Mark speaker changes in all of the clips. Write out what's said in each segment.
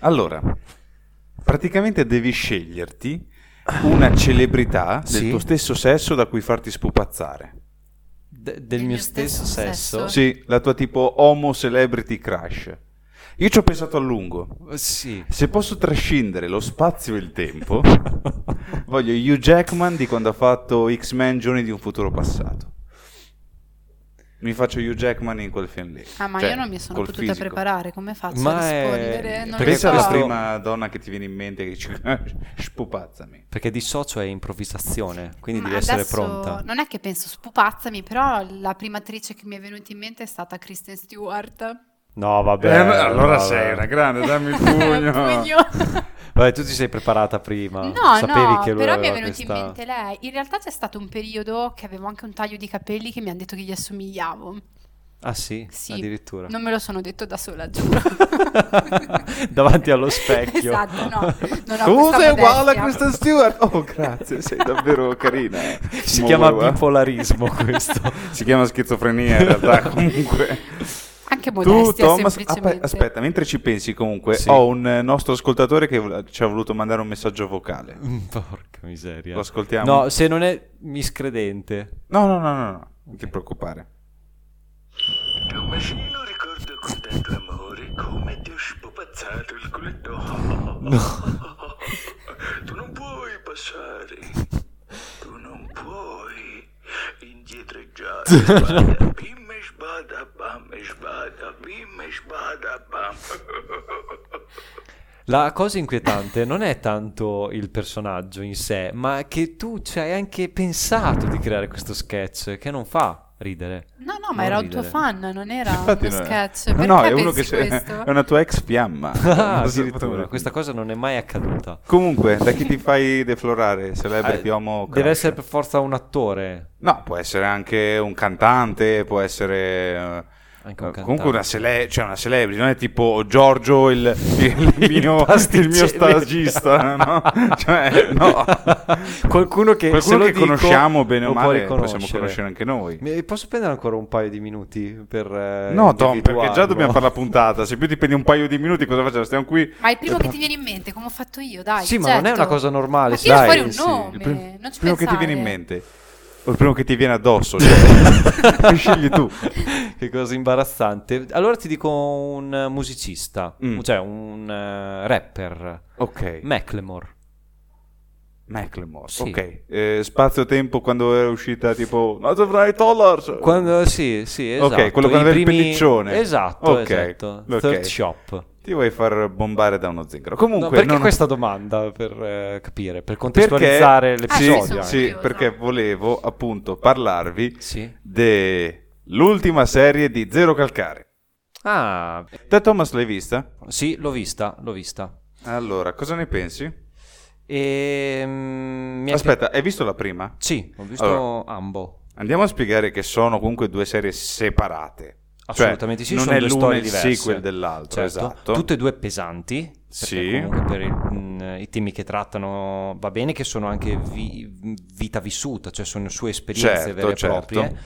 Speaker 1: Allora, praticamente devi sceglierti una celebrità
Speaker 2: Sì.
Speaker 1: del tuo stesso sesso da cui farti spupazzare.
Speaker 2: De- del, mio stesso, sesso?
Speaker 1: Sì, la tua tipo homo celebrity crush. Io ci ho pensato a lungo.
Speaker 2: Sì.
Speaker 1: Se posso trascindere lo spazio e il tempo, voglio Hugh Jackman di quando ha fatto X-Men Giorni di un futuro passato. Mi faccio Hugh Jackman in quel film lì.
Speaker 3: Ah, ma
Speaker 1: Cioè,
Speaker 3: io non mi sono
Speaker 1: col
Speaker 3: potuta
Speaker 1: fisico.
Speaker 3: preparare, come faccio
Speaker 2: Ma
Speaker 3: a
Speaker 2: è-
Speaker 3: rispondere? Non lo
Speaker 2: Perché
Speaker 1: Pensa
Speaker 3: so.
Speaker 1: alla
Speaker 2: questo-
Speaker 1: prima donna che ti viene in mente che dici spupazzami.
Speaker 2: Perché dissocio è improvvisazione, quindi
Speaker 3: Ma
Speaker 2: devi essere
Speaker 3: adesso Eh,
Speaker 2: pronta.
Speaker 3: Non è che penso spupazzami, però la prima attrice che mi è venuta in mente è stata Kristen Stewart.
Speaker 1: Eh,
Speaker 2: No, vabbè. vabbè.
Speaker 1: grande, Ah, dammi il
Speaker 3: Pugno.
Speaker 2: Vabbè, tu ti sei preparata prima.
Speaker 3: No,
Speaker 2: Ah, Sapevi
Speaker 3: no,
Speaker 2: che lui
Speaker 3: però mi è
Speaker 2: aveva
Speaker 3: venuta
Speaker 2: questa-
Speaker 3: in mente lei. In realtà c'è stato un periodo che avevo anche un taglio di capelli che mi hanno detto che gli assomigliavo.
Speaker 2: Ah sì?
Speaker 3: Sì.
Speaker 2: Addirittura.
Speaker 3: Non me lo sono detto da sola, giuro.
Speaker 2: Davanti allo specchio.
Speaker 3: Esatto, no. Non ho
Speaker 1: Tu sei
Speaker 3: questa
Speaker 1: uguale a
Speaker 3: modestia.
Speaker 1: Kristen Stewart. Oh, grazie, sei davvero carina. eh.
Speaker 2: Si
Speaker 1: Mo
Speaker 2: chiama
Speaker 1: guarda.
Speaker 2: bipolarismo questo.
Speaker 1: Si chiama schizofrenia in realtà, comunque.
Speaker 3: Anche
Speaker 1: Tu,
Speaker 3: modestia,
Speaker 1: Thomas,
Speaker 3: semplicemente.
Speaker 1: app- aspetta, mentre ci pensi comunque,
Speaker 2: Sì.
Speaker 1: ho un eh, nostro ascoltatore che vol- ci ha voluto mandare un messaggio vocale.
Speaker 2: Mm, Porca miseria.
Speaker 1: Lo ascoltiamo?
Speaker 2: No, se non è miscredente.
Speaker 1: no, no, no, no, no, non ti preoccupare.
Speaker 4: Tomasino ricorda con tanto amore come ti ho spupazzato il culetto. Tu non puoi passare. Tu non puoi indietreggiare. Sbada, bim e sbada, bam e sbada, bim e sbada, bam.
Speaker 2: La cosa inquietante non è tanto il personaggio in sé, ma che tu ci hai anche pensato di creare questo sketch che non fa ridere.
Speaker 3: No, no,
Speaker 2: Non
Speaker 3: ma era un
Speaker 2: ridere.
Speaker 3: tuo fan, non era
Speaker 1: Infatti
Speaker 3: uno
Speaker 1: non è-
Speaker 3: sketch.
Speaker 1: No,
Speaker 3: Perché
Speaker 1: no, è uno che
Speaker 3: pensi
Speaker 1: se-
Speaker 3: questo?
Speaker 1: è una tua ex fiamma.
Speaker 2: Ah,
Speaker 1: Eh, Non so-
Speaker 2: addirittura, questa cosa non è mai accaduta.
Speaker 1: Comunque, da chi ti fai deflorare? Celebrity
Speaker 2: Eh,
Speaker 1: homo crush?
Speaker 2: Deve essere per forza un attore.
Speaker 1: No, può essere anche un cantante, può essere... eh,
Speaker 2: Anche un
Speaker 1: eh,
Speaker 2: cantante.
Speaker 1: Comunque una, cele- cioè una celebrity, non è tipo Giorgio il, il mio,
Speaker 2: pasticcere.
Speaker 1: il mio stagista, no? Cioè, no.
Speaker 2: Qualcuno che, se
Speaker 1: Qualcuno
Speaker 2: lo
Speaker 1: che
Speaker 2: dico,
Speaker 1: conosciamo bene o
Speaker 2: lo può
Speaker 1: male,
Speaker 2: riconoscere.
Speaker 1: possiamo conoscere anche noi.
Speaker 2: Mi- Posso prendere ancora un paio di minuti per... eh,
Speaker 1: No, Tom, perché già
Speaker 2: individuarlo?
Speaker 1: dobbiamo fare la puntata, se più ti prendi un paio di minuti cosa facciamo? Stiamo qui...
Speaker 3: Ma il primo che ti viene in mente, come ho fatto io, dai.
Speaker 2: Sì, ma non è
Speaker 3: certo.
Speaker 2: una cosa normale,
Speaker 3: Ma
Speaker 2: sì,
Speaker 3: tira
Speaker 2: dai,
Speaker 3: fuori un
Speaker 2: sì.
Speaker 3: nome,
Speaker 1: Il prim-
Speaker 3: non ci
Speaker 1: primo che ti
Speaker 3: pensare.
Speaker 1: viene in mente, o il primo che ti viene addosso, cioè, scegli tu.
Speaker 2: che cosa imbarazzante. Allora ti dico un eh, musicista,
Speaker 1: Mm.
Speaker 2: cioè un eh, rapper,
Speaker 1: Ok.
Speaker 2: Macklemore.
Speaker 1: Macklemore.
Speaker 2: Sì.
Speaker 1: Ok. Eh, spazio-tempo quando era uscita tipo Not Right Dollars.
Speaker 2: Quando, sì, sì, esatto.
Speaker 1: Ok, quello
Speaker 2: i
Speaker 1: quando aveva il
Speaker 2: primi-
Speaker 1: pelliccione.
Speaker 2: Esatto,
Speaker 1: Ok,
Speaker 2: esatto.
Speaker 1: ok.
Speaker 2: Third Shop.
Speaker 1: Ti vuoi far bombare da uno zingaro.
Speaker 2: No,
Speaker 1: Comunque,
Speaker 2: perché
Speaker 1: non-
Speaker 2: questa domanda per eh, capire, per
Speaker 1: perché-
Speaker 2: contestualizzare
Speaker 3: Ah,
Speaker 2: l'episodio?
Speaker 3: sono
Speaker 1: Sì, sì,
Speaker 3: curiosa.
Speaker 1: perché volevo appunto parlarvi
Speaker 2: Sì.
Speaker 1: dell'ultima serie di Zero Calcare.
Speaker 2: Ah,
Speaker 1: Te Thomas l'hai vista?
Speaker 2: sì, l'ho vista, l'ho vista.
Speaker 1: Allora, cosa ne pensi?
Speaker 2: E, mm, mi è pi-
Speaker 1: Aspetta, hai visto la prima?
Speaker 2: Sì, ho visto
Speaker 1: Allora.
Speaker 2: ambo.
Speaker 1: Andiamo a spiegare che sono comunque due serie separate.
Speaker 2: Assolutamente
Speaker 1: Cioè,
Speaker 2: sì,
Speaker 1: non
Speaker 2: sono
Speaker 1: è
Speaker 2: due
Speaker 1: l'uno
Speaker 2: storie
Speaker 1: il
Speaker 2: diverse.
Speaker 1: sequel dell'altro,
Speaker 2: Certo.
Speaker 1: esatto.
Speaker 2: Tutte e due pesanti, perché
Speaker 1: Sì.
Speaker 2: comunque per il- mh, i temi che trattano va bene che sono anche vi- vita vissuta, cioè sono sue esperienze
Speaker 1: Certo,
Speaker 2: vere e
Speaker 1: certo.
Speaker 2: proprie.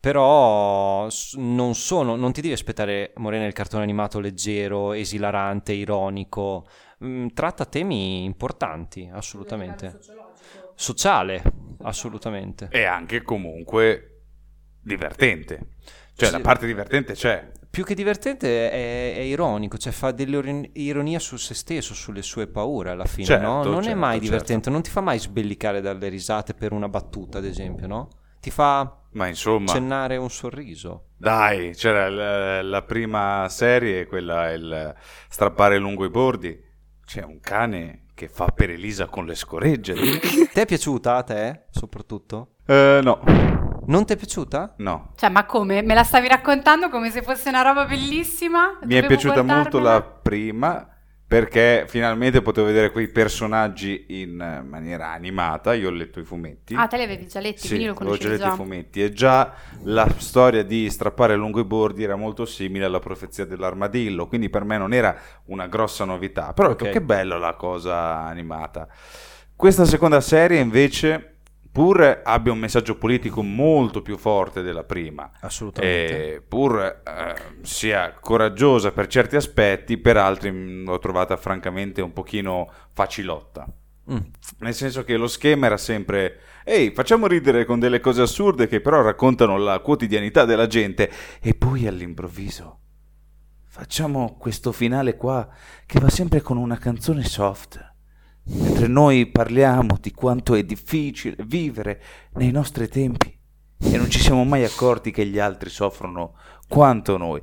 Speaker 2: Però s- non sono, non ti devi aspettare Morena il cartone animato leggero, esilarante, ironico. Mm, tratta temi importanti, assolutamente. Sociale, assolutamente.
Speaker 1: e anche comunque divertente. Cioè,
Speaker 2: Sì.
Speaker 1: la parte divertente c'è.
Speaker 2: Più che divertente è, è ironico, cioè fa dell'ironia su se stesso, sulle sue paure alla fine,
Speaker 1: Certo,
Speaker 2: no? Non è
Speaker 1: certo,
Speaker 2: mai
Speaker 1: certo.
Speaker 2: divertente, non ti fa mai sbellicare dalle risate per una battuta, ad esempio, no? Ti fa
Speaker 1: Ma insomma,
Speaker 2: accennare un sorriso.
Speaker 1: dai, c'era la, la prima serie, quella il strappare lungo i bordi. C'è un cane che fa per Elisa con le scoregge.
Speaker 2: Ti è piaciuta a te, soprattutto?
Speaker 1: Eh, no,
Speaker 2: Non ti è piaciuta?
Speaker 1: no.
Speaker 3: Cioè, ma come? Me la stavi raccontando come se fosse una roba bellissima?
Speaker 1: Mi è
Speaker 3: Dovevo
Speaker 1: piaciuta molto
Speaker 3: guardarmela?
Speaker 1: la prima perché finalmente potevo vedere quei personaggi in eh, maniera animata. Io ho letto i fumetti.
Speaker 3: Ah, te li avevi già letti,
Speaker 1: Sì,
Speaker 3: quindi lo
Speaker 1: avevo già
Speaker 3: conoscevi
Speaker 1: letto i
Speaker 3: già.
Speaker 1: fumetti e già la storia di strappare lungo i bordi era molto simile alla profezia dell'armadillo, quindi per me non era una grossa novità, però ho detto,
Speaker 2: Ok.
Speaker 1: che bella la cosa animata. Questa seconda serie invece pur abbia un messaggio politico molto più forte della prima,
Speaker 2: Assolutamente.
Speaker 1: e pur eh, sia coraggiosa per certi aspetti, per altri mh, l'ho trovata francamente un pochino facilotta.
Speaker 2: Mm.
Speaker 1: Nel senso che lo schema era sempre, ehi, facciamo ridere con delle cose assurde che però raccontano la quotidianità della gente e poi all'improvviso facciamo questo finale qua che va sempre con una canzone soft. Mentre noi parliamo di quanto è difficile vivere nei nostri tempi e non ci siamo mai accorti che gli altri soffrono quanto noi.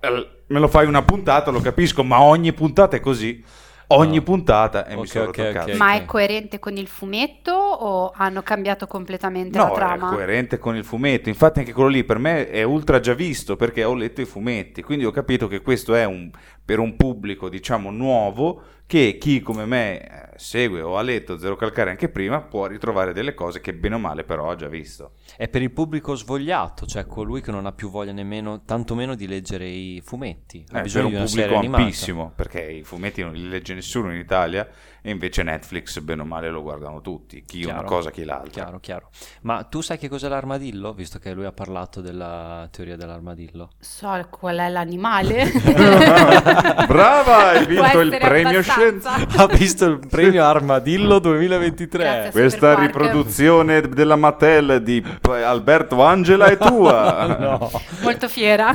Speaker 1: Eh, Me lo fai una puntata, lo capisco, ma ogni puntata è così. Ogni
Speaker 2: No.
Speaker 1: puntata e mi
Speaker 2: Ok,
Speaker 1: sono
Speaker 2: ok,
Speaker 1: rotto il
Speaker 2: ok.
Speaker 1: cazzo.
Speaker 3: Ma
Speaker 2: ok.
Speaker 3: è coerente con il fumetto o hanno cambiato completamente la
Speaker 1: No, è
Speaker 3: trama?
Speaker 1: coerente con il fumetto. Infatti, anche quello lì per me è ultra già visto perché ho letto i fumetti. Quindi ho capito che questo è un- per un pubblico, diciamo, nuovo. Che chi come me eh, segue o ha letto Zero Calcare anche prima può ritrovare delle cose che bene o male però ha già visto.
Speaker 2: È per il pubblico svogliato, cioè colui che non ha più voglia nemmeno, tantomeno di leggere i fumetti. Ha
Speaker 1: Eh, per
Speaker 2: bisogno di
Speaker 1: un
Speaker 2: una serie
Speaker 1: pubblico
Speaker 2: animata.
Speaker 1: ampissimo perché i fumetti non li legge nessuno in Italia e invece Netflix bene o male lo guardano tutti. Chi
Speaker 2: Chiaro.
Speaker 1: una cosa, chi l'altra.
Speaker 2: Chiaro, chiaro. Ma tu sai che cos'è l'armadillo? Visto che lui ha parlato della teoria dell'armadillo.
Speaker 3: So qual è l'animale.
Speaker 1: Brava, hai
Speaker 3: Può
Speaker 1: vinto il
Speaker 3: essere
Speaker 1: premio
Speaker 3: abbastanza.
Speaker 2: ha visto il premio Armadillo 2023.
Speaker 3: Grazie.
Speaker 1: Questa
Speaker 3: Super Quark.
Speaker 1: riproduzione della Mattel di P- Alberto Angela è tua.
Speaker 2: No.
Speaker 3: Molto fiera.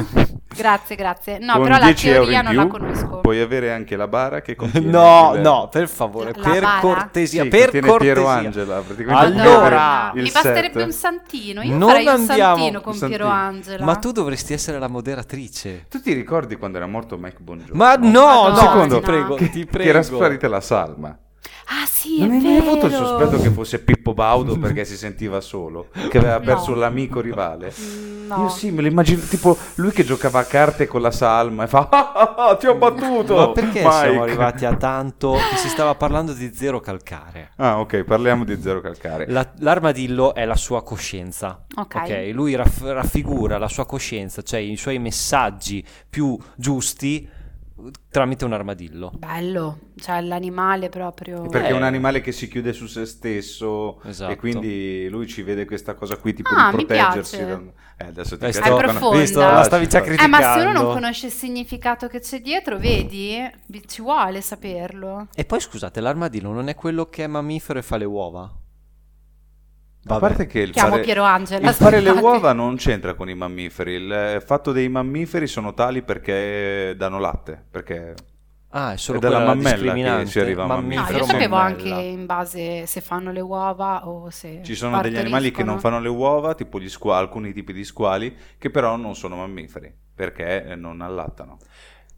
Speaker 3: Grazie, grazie. No,
Speaker 1: Con
Speaker 3: però la
Speaker 1: 10 euro
Speaker 3: teoria
Speaker 1: in
Speaker 3: non
Speaker 1: più
Speaker 3: la conosco.
Speaker 1: Puoi avere anche la bara che contiene
Speaker 2: No,
Speaker 1: il-
Speaker 2: no, per favore,
Speaker 3: La
Speaker 2: per
Speaker 3: bara?
Speaker 2: cortesia,
Speaker 1: Sì,
Speaker 2: per
Speaker 1: contiene Piero
Speaker 2: cortesia.
Speaker 1: Angela, praticamente
Speaker 2: Allora,
Speaker 1: il
Speaker 3: mi basterebbe
Speaker 1: set.
Speaker 3: un santino. Io
Speaker 2: Non
Speaker 3: farei un
Speaker 2: andiamo-
Speaker 3: santino con
Speaker 1: un santino.
Speaker 3: Piero Angela.
Speaker 2: ma tu dovresti essere la moderatrice.
Speaker 1: Tu ti ricordi quando era morto Mike Bongiorno?
Speaker 2: Ma no,
Speaker 3: Madonna.
Speaker 2: no,
Speaker 1: Secondo-
Speaker 2: ti prego,
Speaker 1: che,
Speaker 2: ti
Speaker 1: che
Speaker 2: prego.
Speaker 1: era sparita la salma.
Speaker 3: Ah, sì,
Speaker 1: non
Speaker 3: è
Speaker 1: hai mai
Speaker 3: vero.
Speaker 1: avuto il sospetto che fosse Pippo Baudo perché si sentiva solo, che aveva
Speaker 3: No. Mm,
Speaker 1: perso l'amico rivale?
Speaker 3: No.
Speaker 1: Io sì, me lo immagino tipo lui che giocava a carte con la salma e fa "Ah, ah, ah, ti ho battuto.
Speaker 2: Ma perché siamo
Speaker 1: Mike?"
Speaker 2: arrivati a tanto che si stava parlando di zero calcare?
Speaker 1: Ah, ok, parliamo di zero calcare.
Speaker 2: La- l'armadillo è la sua coscienza.
Speaker 3: Ok.
Speaker 2: Lui raff- raffigura la sua coscienza, cioè i suoi messaggi più giusti eh, tramite un armadillo.
Speaker 3: Bello, cioè l'animale proprio.
Speaker 1: Perché è un
Speaker 2: Eh.
Speaker 1: animale che si chiude su se stesso
Speaker 2: Esatto.
Speaker 1: e quindi lui ci vede questa cosa qui tipo
Speaker 3: Ah,
Speaker 1: di
Speaker 3: mi
Speaker 1: proteggersi.
Speaker 3: piace.
Speaker 1: da- Eh, adesso ti
Speaker 2: Eh,
Speaker 1: piace.
Speaker 2: sto-
Speaker 3: Profonda.
Speaker 2: visto, la stavi già
Speaker 1: Eh, ma se
Speaker 3: Eh, ma se
Speaker 2: criticando.
Speaker 3: uno non conosce il significato che c'è dietro, vedi? Bi- Ci vuole saperlo.
Speaker 2: E poi scusate, l'armadillo non è quello che è mammifero e fa le uova?
Speaker 1: A
Speaker 2: Vabbè.
Speaker 1: parte che il
Speaker 3: Chiamo
Speaker 1: fare,
Speaker 3: Piero Angela,
Speaker 1: il fare le
Speaker 3: scusate.
Speaker 1: uova non c'entra con i mammiferi. Il eh, fatto dei mammiferi sono tali perché danno latte. Perché
Speaker 2: Ah, è solo
Speaker 1: È dalla
Speaker 2: quella
Speaker 1: mammella che
Speaker 2: discriminante.
Speaker 1: si arriva a
Speaker 2: Mammifero,
Speaker 3: No,
Speaker 1: mammifero,
Speaker 3: io sapevo anche
Speaker 2: mammella.
Speaker 3: in base se fanno le uova o se.
Speaker 1: ci sono degli animali che non fanno le uova, tipo gli squa- alcuni tipi di squali, che però non sono mammiferi perché eh, non allattano.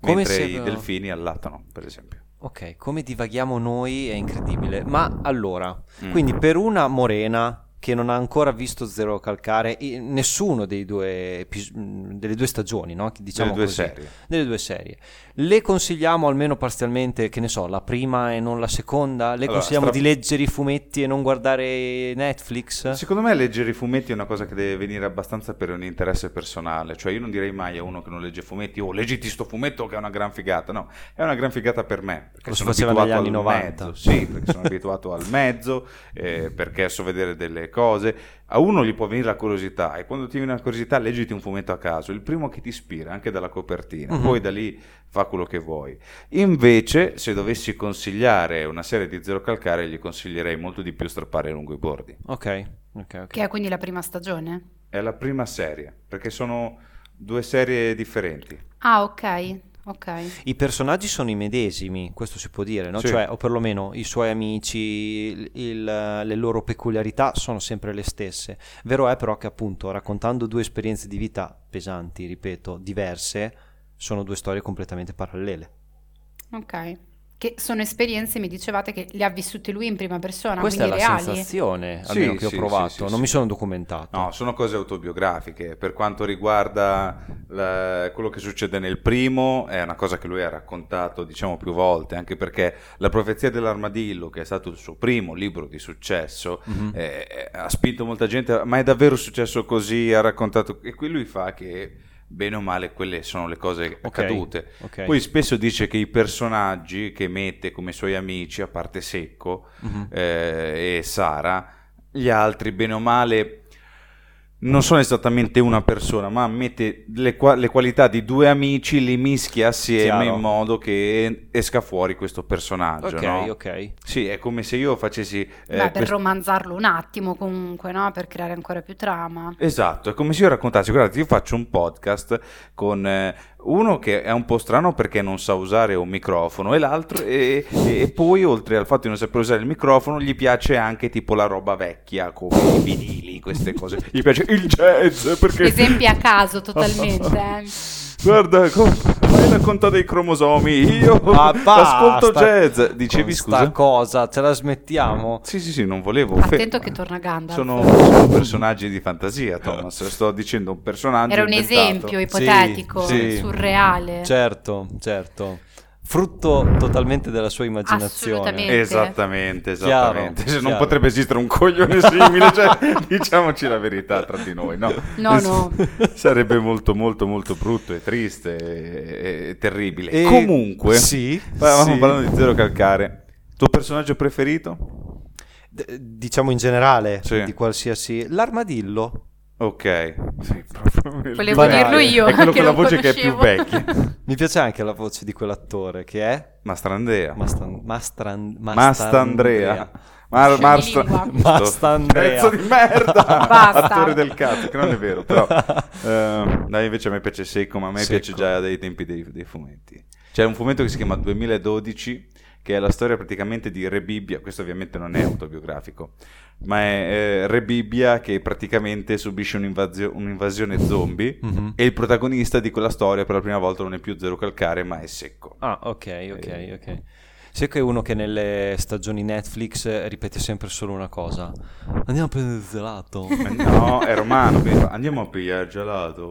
Speaker 2: Come
Speaker 1: mentre
Speaker 2: se-
Speaker 1: i delfini allattano, per esempio.
Speaker 2: Ok, come divaghiamo noi è incredibile. Ma allora,
Speaker 1: Mm.
Speaker 2: quindi per una morena che non ha ancora visto Zero Calcare, i- nessuno dei due epis- mh, delle due stagioni, no? Che Diciamo
Speaker 1: Delle due
Speaker 2: così.
Speaker 1: serie.
Speaker 2: Delle due serie. Le consigliamo almeno parzialmente, che ne so, la prima e non la seconda? Le
Speaker 1: Allora,
Speaker 2: consigliamo
Speaker 1: stra-
Speaker 2: di leggere i fumetti e non guardare Netflix?
Speaker 1: Secondo me leggere i fumetti è una cosa che deve venire abbastanza per un interesse personale, cioè io non direi mai a uno che non legge fumetti, oh leggiti sto fumetto che è una gran figata, no, è una gran figata per me, perché
Speaker 2: Lo si
Speaker 1: sono
Speaker 2: faceva
Speaker 1: abituato
Speaker 2: negli
Speaker 1: al
Speaker 2: anni 90.
Speaker 1: mezzo, sì, perché sono abituato al mezzo, eh, perché so vedere delle cose, a uno gli può venire la curiosità e quando ti viene la curiosità leggiti un fumetto a caso, il primo che ti ispira, anche dalla copertina,
Speaker 2: Mhm.
Speaker 1: poi da lì fa quello che vuoi. Invece se dovessi consigliare una serie di Zero Calcare gli consiglierei molto di più strappare lungo i bordi.
Speaker 2: Ok, ok, ok.
Speaker 3: Che è quindi la prima stagione?
Speaker 1: È la prima serie, perché sono due serie differenti.
Speaker 3: Ah, ok, ok.
Speaker 2: I personaggi sono i medesimi, questo si può dire, no?
Speaker 1: Sì.
Speaker 2: Cioè, o perlomeno i suoi amici, il- il- le loro peculiarità sono sempre le stesse. Vero è però che appunto raccontando due esperienze di vita pesanti, ripeto, diverse, sono due storie completamente parallele.
Speaker 3: Ok. Che sono esperienze, mi dicevate che le ha vissute lui in prima persona,
Speaker 2: Questa è la
Speaker 3: quindi reali.
Speaker 2: sensazione,
Speaker 1: Sì,
Speaker 2: almeno che ho
Speaker 1: sì,
Speaker 2: provato,
Speaker 1: sì, sì,
Speaker 2: non
Speaker 1: sì.
Speaker 2: mi sono documentato.
Speaker 1: No, sono cose autobiografiche. Per quanto riguarda la- quello che succede nel primo, è una cosa che lui ha raccontato, diciamo, più volte, anche perché La profezia dell'armadillo, che è stato il suo primo libro di successo,
Speaker 2: Mhm.
Speaker 1: eh, eh, ha spinto molta gente, ma è davvero successo così? Ha raccontato... E qui lui fa che, bene o male, quelle sono le cose
Speaker 2: Ok,
Speaker 1: accadute.
Speaker 2: ok.
Speaker 1: Poi spesso dice che i
Speaker 2: Mm-hmm.
Speaker 1: personaggi che mette come suoi amici, a parte Secco
Speaker 2: Mhm.
Speaker 1: eh, e Sara, gli altri, bene o male, non sono esattamente una persona, ma mette le, qua- le qualità di due amici, li mischia assieme
Speaker 2: Chiaro.
Speaker 1: in modo che esca fuori questo personaggio.
Speaker 2: Ok,
Speaker 1: no?
Speaker 2: ok.
Speaker 1: Sì, è come se io facessi... eh,
Speaker 3: Beh, per
Speaker 1: quest-
Speaker 3: romanzarlo un attimo comunque, no? Per creare ancora più trama.
Speaker 1: Esatto, è come se io raccontassi, guardate, io faccio un podcast con eh, uno che è un po' strano perché non sa usare un microfono e l'altro e, e- e poi oltre al fatto di non saper usare il microfono gli piace anche tipo la roba vecchia come i vinili, queste cose. Gli piace il jazz perché...
Speaker 3: Esempi a caso totalmente. eh.
Speaker 1: Guarda, come hai raccontato dei cromosomi, io
Speaker 2: Ah,
Speaker 1: ascolto
Speaker 2: basta
Speaker 1: jazz. Dicevi
Speaker 2: con
Speaker 1: scusa?
Speaker 2: Sta cosa, ce la smettiamo.
Speaker 1: Sì, sì, sì, non volevo.
Speaker 3: Attento
Speaker 1: Fe-
Speaker 3: che torna Gandalf.
Speaker 1: Sono, sono personaggi di fantasia, Thomas. Sto dicendo un personaggio.
Speaker 3: Era un
Speaker 1: inventato.
Speaker 3: esempio ipotetico,
Speaker 1: sì. Cioè,
Speaker 3: surreale.
Speaker 2: Certo, certo. Frutto totalmente della sua immaginazione.
Speaker 3: Assolutamente.
Speaker 1: Esattamente,
Speaker 2: Chiaro,
Speaker 1: esattamente. Se non
Speaker 2: chiaro.
Speaker 1: potrebbe esistere un coglione simile, cioè, diciamoci la verità tra di noi, no?
Speaker 3: No, no.
Speaker 1: Sarebbe molto, molto, molto brutto e triste e, e- e terribile.
Speaker 2: E-
Speaker 1: Comunque,
Speaker 2: sì,
Speaker 1: stavamo
Speaker 2: sì.
Speaker 1: parlando di Zero Calcare. Tuo personaggio preferito?
Speaker 2: D- diciamo in generale,
Speaker 1: Sì.
Speaker 2: di qualsiasi... L'armadillo.
Speaker 1: Ok. Sì, proprio
Speaker 3: Volevo
Speaker 1: banale.
Speaker 3: dirlo io,
Speaker 1: È quello
Speaker 3: che
Speaker 1: con la
Speaker 3: non
Speaker 1: voce che è più
Speaker 3: conoscevo.
Speaker 1: vecchia.
Speaker 2: Mi piace anche la voce di quell'attore che è...
Speaker 1: Mastrandea.
Speaker 2: Mastan- Mastran-
Speaker 1: Mastandrea.
Speaker 2: Mastandrea.
Speaker 1: Mar-
Speaker 3: Scemilingua.
Speaker 2: Mastandrea.
Speaker 1: Pezzo di merda.
Speaker 3: Basta.
Speaker 1: Attore del cazzo, che non è vero, però. eh, dai, invece a me piace secco, ma a me
Speaker 2: Secco.
Speaker 1: piace già dai tempi dei, dei fumetti. C'è un fumetto che si chiama 2012, che è la storia praticamente di Re Bibbia. Questo ovviamente non è autobiografico, ma è eh, Re Bibbia che praticamente subisce un'invasio- un'invasione zombie.
Speaker 2: Mhm.
Speaker 1: E il protagonista di quella storia per la prima volta non è più zero calcare, ma è secco.
Speaker 2: Ah, ok, ok,
Speaker 1: Eh.
Speaker 2: ok. Secco è uno che nelle stagioni Netflix eh, ripete sempre solo una cosa. Andiamo a prendere il gelato.
Speaker 1: Eh, No, è romano, quindi fa, andiamo a pigliare il gelato.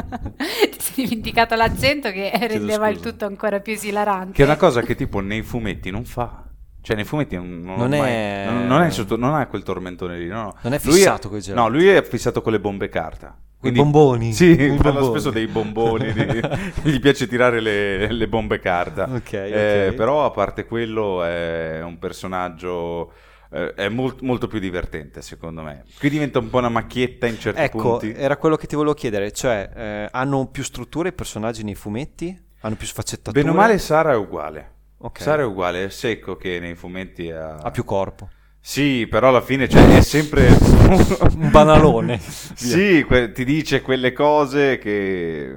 Speaker 3: Ti sei dimenticato l'accento che rendeva il
Speaker 1: scusa.
Speaker 3: tutto ancora più esilarante.
Speaker 1: Che è una cosa che tipo nei fumetti non fa. Cioè nei fumetti non, non
Speaker 2: Non
Speaker 1: ho mai-
Speaker 2: è-
Speaker 1: non- non è sotto- non ha quel tormentone lì, no, no.
Speaker 2: Non è
Speaker 1: Lui
Speaker 2: fissato coi gelati.
Speaker 1: No, lui è fissato con le bombe carta.
Speaker 2: Quei
Speaker 1: Quindi-
Speaker 2: bomboni.
Speaker 1: Sì,
Speaker 2: quei
Speaker 1: parla
Speaker 2: bomboni.
Speaker 1: spesso dei bomboni, di- gli piace tirare le, le bombe carta.
Speaker 2: Ok, ok.
Speaker 1: Eh, però a parte quello è un personaggio... eh, È molt- molto più divertente, secondo me. Qui diventa un po' una macchietta in certi
Speaker 2: Ecco,
Speaker 1: punti.
Speaker 2: era quello che ti volevo chiedere, cioè eh, hanno più strutture i personaggi nei fumetti? Hanno più sfaccettature?
Speaker 1: Bene o male, Sara è uguale.
Speaker 2: Ok.
Speaker 1: Sara è uguale, è secco che nei fumetti ha,
Speaker 2: ha più corpo.
Speaker 1: Sì, però alla fine cioè, è sempre
Speaker 2: Un banalone.
Speaker 1: sì, que- ti dice quelle cose che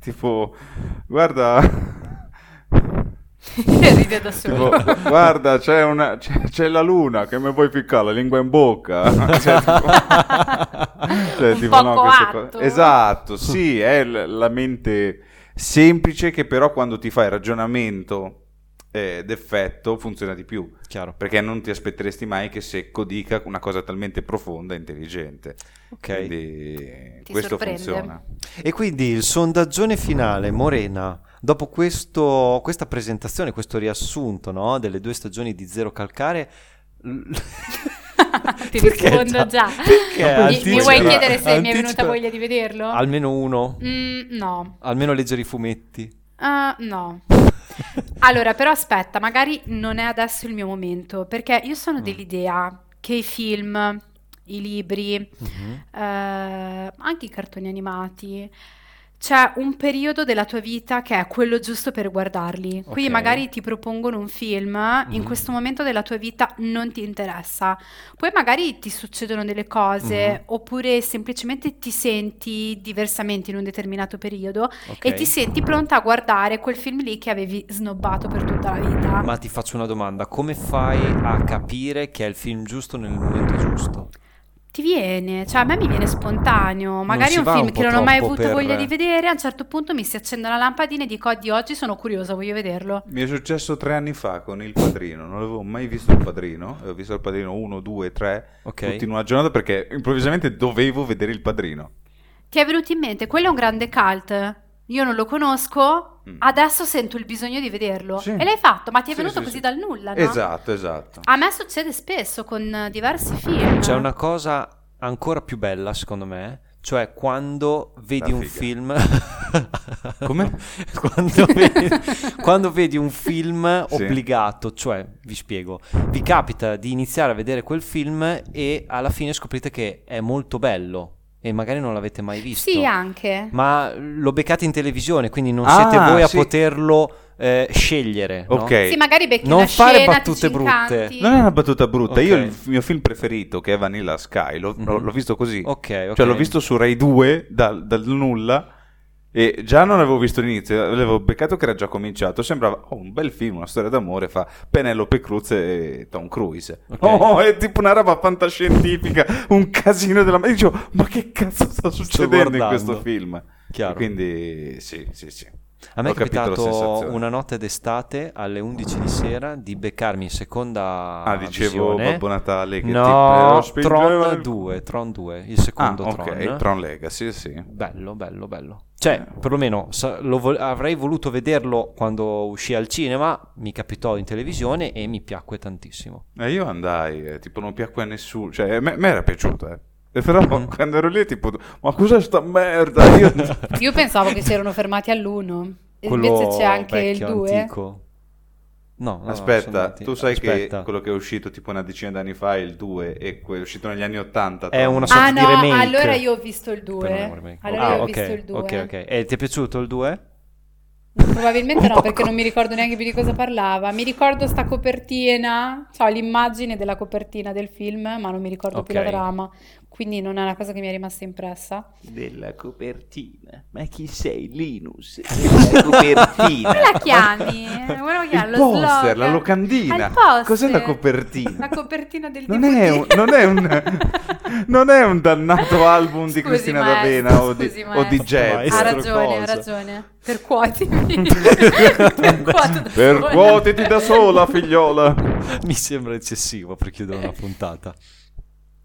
Speaker 1: tipo guarda
Speaker 3: Ride da
Speaker 1: tipo,
Speaker 3: solo.
Speaker 1: guarda, c'è una c'è, c'è la luna che mi vuoi ficcare la lingua in bocca. Cioè, tipo- cioè,
Speaker 3: Un
Speaker 1: tipo,
Speaker 3: po'
Speaker 1: no, queste co-
Speaker 3: coatto.
Speaker 1: Esatto, sì, è l- la mente semplice che però quando ti fai ragionamento eh, d'effetto funziona di più.
Speaker 2: Chiaro.
Speaker 1: perché non ti aspetteresti mai che Secco dica una cosa talmente profonda e intelligente.
Speaker 2: Ok.
Speaker 1: Quindi
Speaker 3: Ti
Speaker 1: questo
Speaker 3: sorprende.
Speaker 1: funziona.
Speaker 2: E quindi il sondaggione finale, Morena, dopo questo- questa presentazione, questo riassunto no, delle due stagioni di Zero Calcare... l-
Speaker 3: Ti
Speaker 2: Perché
Speaker 3: rispondo già.
Speaker 2: Perché
Speaker 1: Mi- mi
Speaker 2: anticipa-
Speaker 1: vuoi
Speaker 3: chiedere se mi è venuta
Speaker 2: anticipa-
Speaker 3: voglia di vederlo?
Speaker 2: Almeno uno,
Speaker 3: Mm, no.
Speaker 2: almeno leggere i fumetti.
Speaker 3: Ah, no. Allora, però aspetta, magari non è adesso il mio momento, perché io sono dell'idea che i film, i libri,
Speaker 2: Mhm.
Speaker 3: eh, anche i cartoni animati, c'è un periodo della tua vita che è quello giusto per guardarli. Quindi
Speaker 2: Ok.
Speaker 3: magari ti propongono un film, in
Speaker 2: Mhm.
Speaker 3: questo momento della tua vita non ti interessa. Poi magari ti succedono delle cose, oppure semplicemente ti senti diversamente in un determinato periodo
Speaker 2: Ok.
Speaker 3: e ti senti pronta a guardare quel film lì che avevi snobbato per tutta la vita.
Speaker 2: Ma ti faccio una domanda, come fai a capire che è il film giusto nel momento giusto?
Speaker 3: Ti viene, cioè a me mi viene spontaneo. Magari
Speaker 2: si
Speaker 3: è un
Speaker 2: va
Speaker 3: film
Speaker 2: un po'
Speaker 3: che non ho mai
Speaker 2: troppo
Speaker 3: avuto
Speaker 2: per-
Speaker 3: voglia di vedere, a un certo punto mi si accende la lampadina e dico di oggi sono curiosa, voglio vederlo.
Speaker 1: Mi è successo tre anni fa con Il Padrino, non avevo mai visto Il Padrino, e ho visto Il Padrino 1, 2, 3,
Speaker 2: Ok.
Speaker 1: tutti in una giornata perché improvvisamente dovevo vedere Il Padrino.
Speaker 3: Ti è venuto in mente, quello è un grande cult. Io non lo conosco,
Speaker 1: Mm.
Speaker 3: adesso sento il bisogno di vederlo.
Speaker 1: Sì.
Speaker 3: E l'hai fatto, ma ti è
Speaker 1: Sì,
Speaker 3: venuto
Speaker 1: sì,
Speaker 3: così
Speaker 1: sì.
Speaker 3: dal nulla, no?
Speaker 1: Esatto, esatto.
Speaker 3: A me succede spesso con eh, diversi film.
Speaker 2: C'è una cosa ancora più bella, secondo me, cioè quando vedi
Speaker 1: La
Speaker 2: un
Speaker 1: figa.
Speaker 2: film
Speaker 1: Come?
Speaker 2: quando, vedi, quando vedi un film
Speaker 1: Sì.
Speaker 2: obbligato, cioè vi spiego, vi capita di iniziare a vedere quel film e alla fine scoprite che è molto bello e magari non l'avete mai visto.
Speaker 3: Sì, anche.
Speaker 2: Ma lo beccate in televisione, quindi non
Speaker 1: Ah,
Speaker 2: siete voi a
Speaker 1: sì.
Speaker 2: poterlo eh, scegliere. no?
Speaker 1: Ok.
Speaker 3: Sì, magari becchi
Speaker 2: eh, Non
Speaker 3: una
Speaker 2: fare
Speaker 3: scena, ti
Speaker 2: battute
Speaker 3: ci
Speaker 2: brutte.
Speaker 3: incanti.
Speaker 1: Non è una battuta brutta.
Speaker 2: Ok.
Speaker 1: Io il f- mio film preferito, che è Vanilla Sky, l'ho, l'ho-
Speaker 2: Mhm.
Speaker 1: l'ho visto così.
Speaker 2: Ok, ok.
Speaker 1: Cioè, l'ho visto su Rai 2 dal, dal nulla. E già non avevo visto l'inizio, avevo beccato che era già cominciato. Sembrava oh, un bel film, una storia d'amore fa Penelope Cruz e Tom Cruise.
Speaker 2: Ok.
Speaker 1: Oh, è tipo una roba fantascientifica, un casino della. E dicevo, ma che cazzo sta succedendo in
Speaker 2: guardando."
Speaker 1: questo film?
Speaker 2: Chiaro.
Speaker 1: E Quindi, sì, sì, Ah, sì.
Speaker 2: A me
Speaker 1: Ho
Speaker 2: è
Speaker 1: capito la
Speaker 2: capitato
Speaker 1: sensazione.
Speaker 2: una notte d'estate alle 11 di sera di beccarmi in seconda
Speaker 1: Ah, dicevo
Speaker 2: visione.
Speaker 1: Babbo Natale che
Speaker 2: No,
Speaker 1: ti eh, spingeva-
Speaker 2: Tron 2, Tron 2, il secondo
Speaker 1: ah, ok,
Speaker 2: Tron.
Speaker 1: Tron Eh. Legacy, sì.
Speaker 2: Bello, bello, bello. Cioè, perlomeno sa- lo vol- avrei voluto vederlo quando uscì al cinema, mi capitò in televisione e mi piacque tantissimo.
Speaker 1: Eh, io andai, eh, tipo, non piacque a nessuno. Cioè, a me, a me era piaciuto, eh. E Però
Speaker 2: Mm.
Speaker 1: quando ero lì, tipo, ma cos'è sta merda? Io...
Speaker 3: Io pensavo che si erano fermati all'uno. e
Speaker 2: Quello
Speaker 3: Invece c'è anche
Speaker 2: vecchio,
Speaker 3: il eh. 2.
Speaker 2: antico. No, no, no, sono
Speaker 1: Aspetta,
Speaker 2: antico.
Speaker 1: tu sai
Speaker 2: Aspetta.
Speaker 1: che quello che è uscito tipo una decina d'anni fa, il 2, e que- è uscito negli anni 80.
Speaker 2: È una sorta
Speaker 3: Ah
Speaker 2: di
Speaker 3: no,
Speaker 2: remake.
Speaker 3: allora io ho visto il
Speaker 2: Però non è un
Speaker 3: 2.
Speaker 2: remake.
Speaker 3: Allora
Speaker 2: ah,
Speaker 3: io ho
Speaker 2: ok,
Speaker 3: visto il 2.
Speaker 2: Ok, ok. E ti è piaciuto il 2?
Speaker 3: Probabilmente no, perché non mi ricordo neanche più di cosa parlava. Mi ricordo sta copertina, cioè l'immagine della copertina del film, ma non mi ricordo più
Speaker 2: Ok.
Speaker 3: la trama. Quindi non è una cosa che mi è rimasta impressa.
Speaker 5: della copertina. Ma chi sei, Linus? Della copertina.
Speaker 3: Come la chiami? Quello che è
Speaker 1: il
Speaker 3: lo
Speaker 1: poster,
Speaker 3: slogan.
Speaker 1: la
Speaker 3: Ah,
Speaker 1: locandina.
Speaker 3: il poster.
Speaker 1: Cos'è la copertina?
Speaker 3: La copertina del
Speaker 1: non
Speaker 3: DVD.
Speaker 1: è, un, non è un- non è un dannato album di
Speaker 3: Scusi,
Speaker 1: Cristina
Speaker 3: maestro,
Speaker 1: D'Avena o di,
Speaker 3: scusi,
Speaker 1: o di
Speaker 3: maestro.
Speaker 1: jazz.
Speaker 3: Ha
Speaker 2: Maestro
Speaker 3: ragione,
Speaker 2: cosa?
Speaker 3: ha ragione. Percuotimi. Percuoto da sola.
Speaker 1: Percuotiti da sola, figliola.
Speaker 2: Mi sembra eccessivo per chiudere una puntata.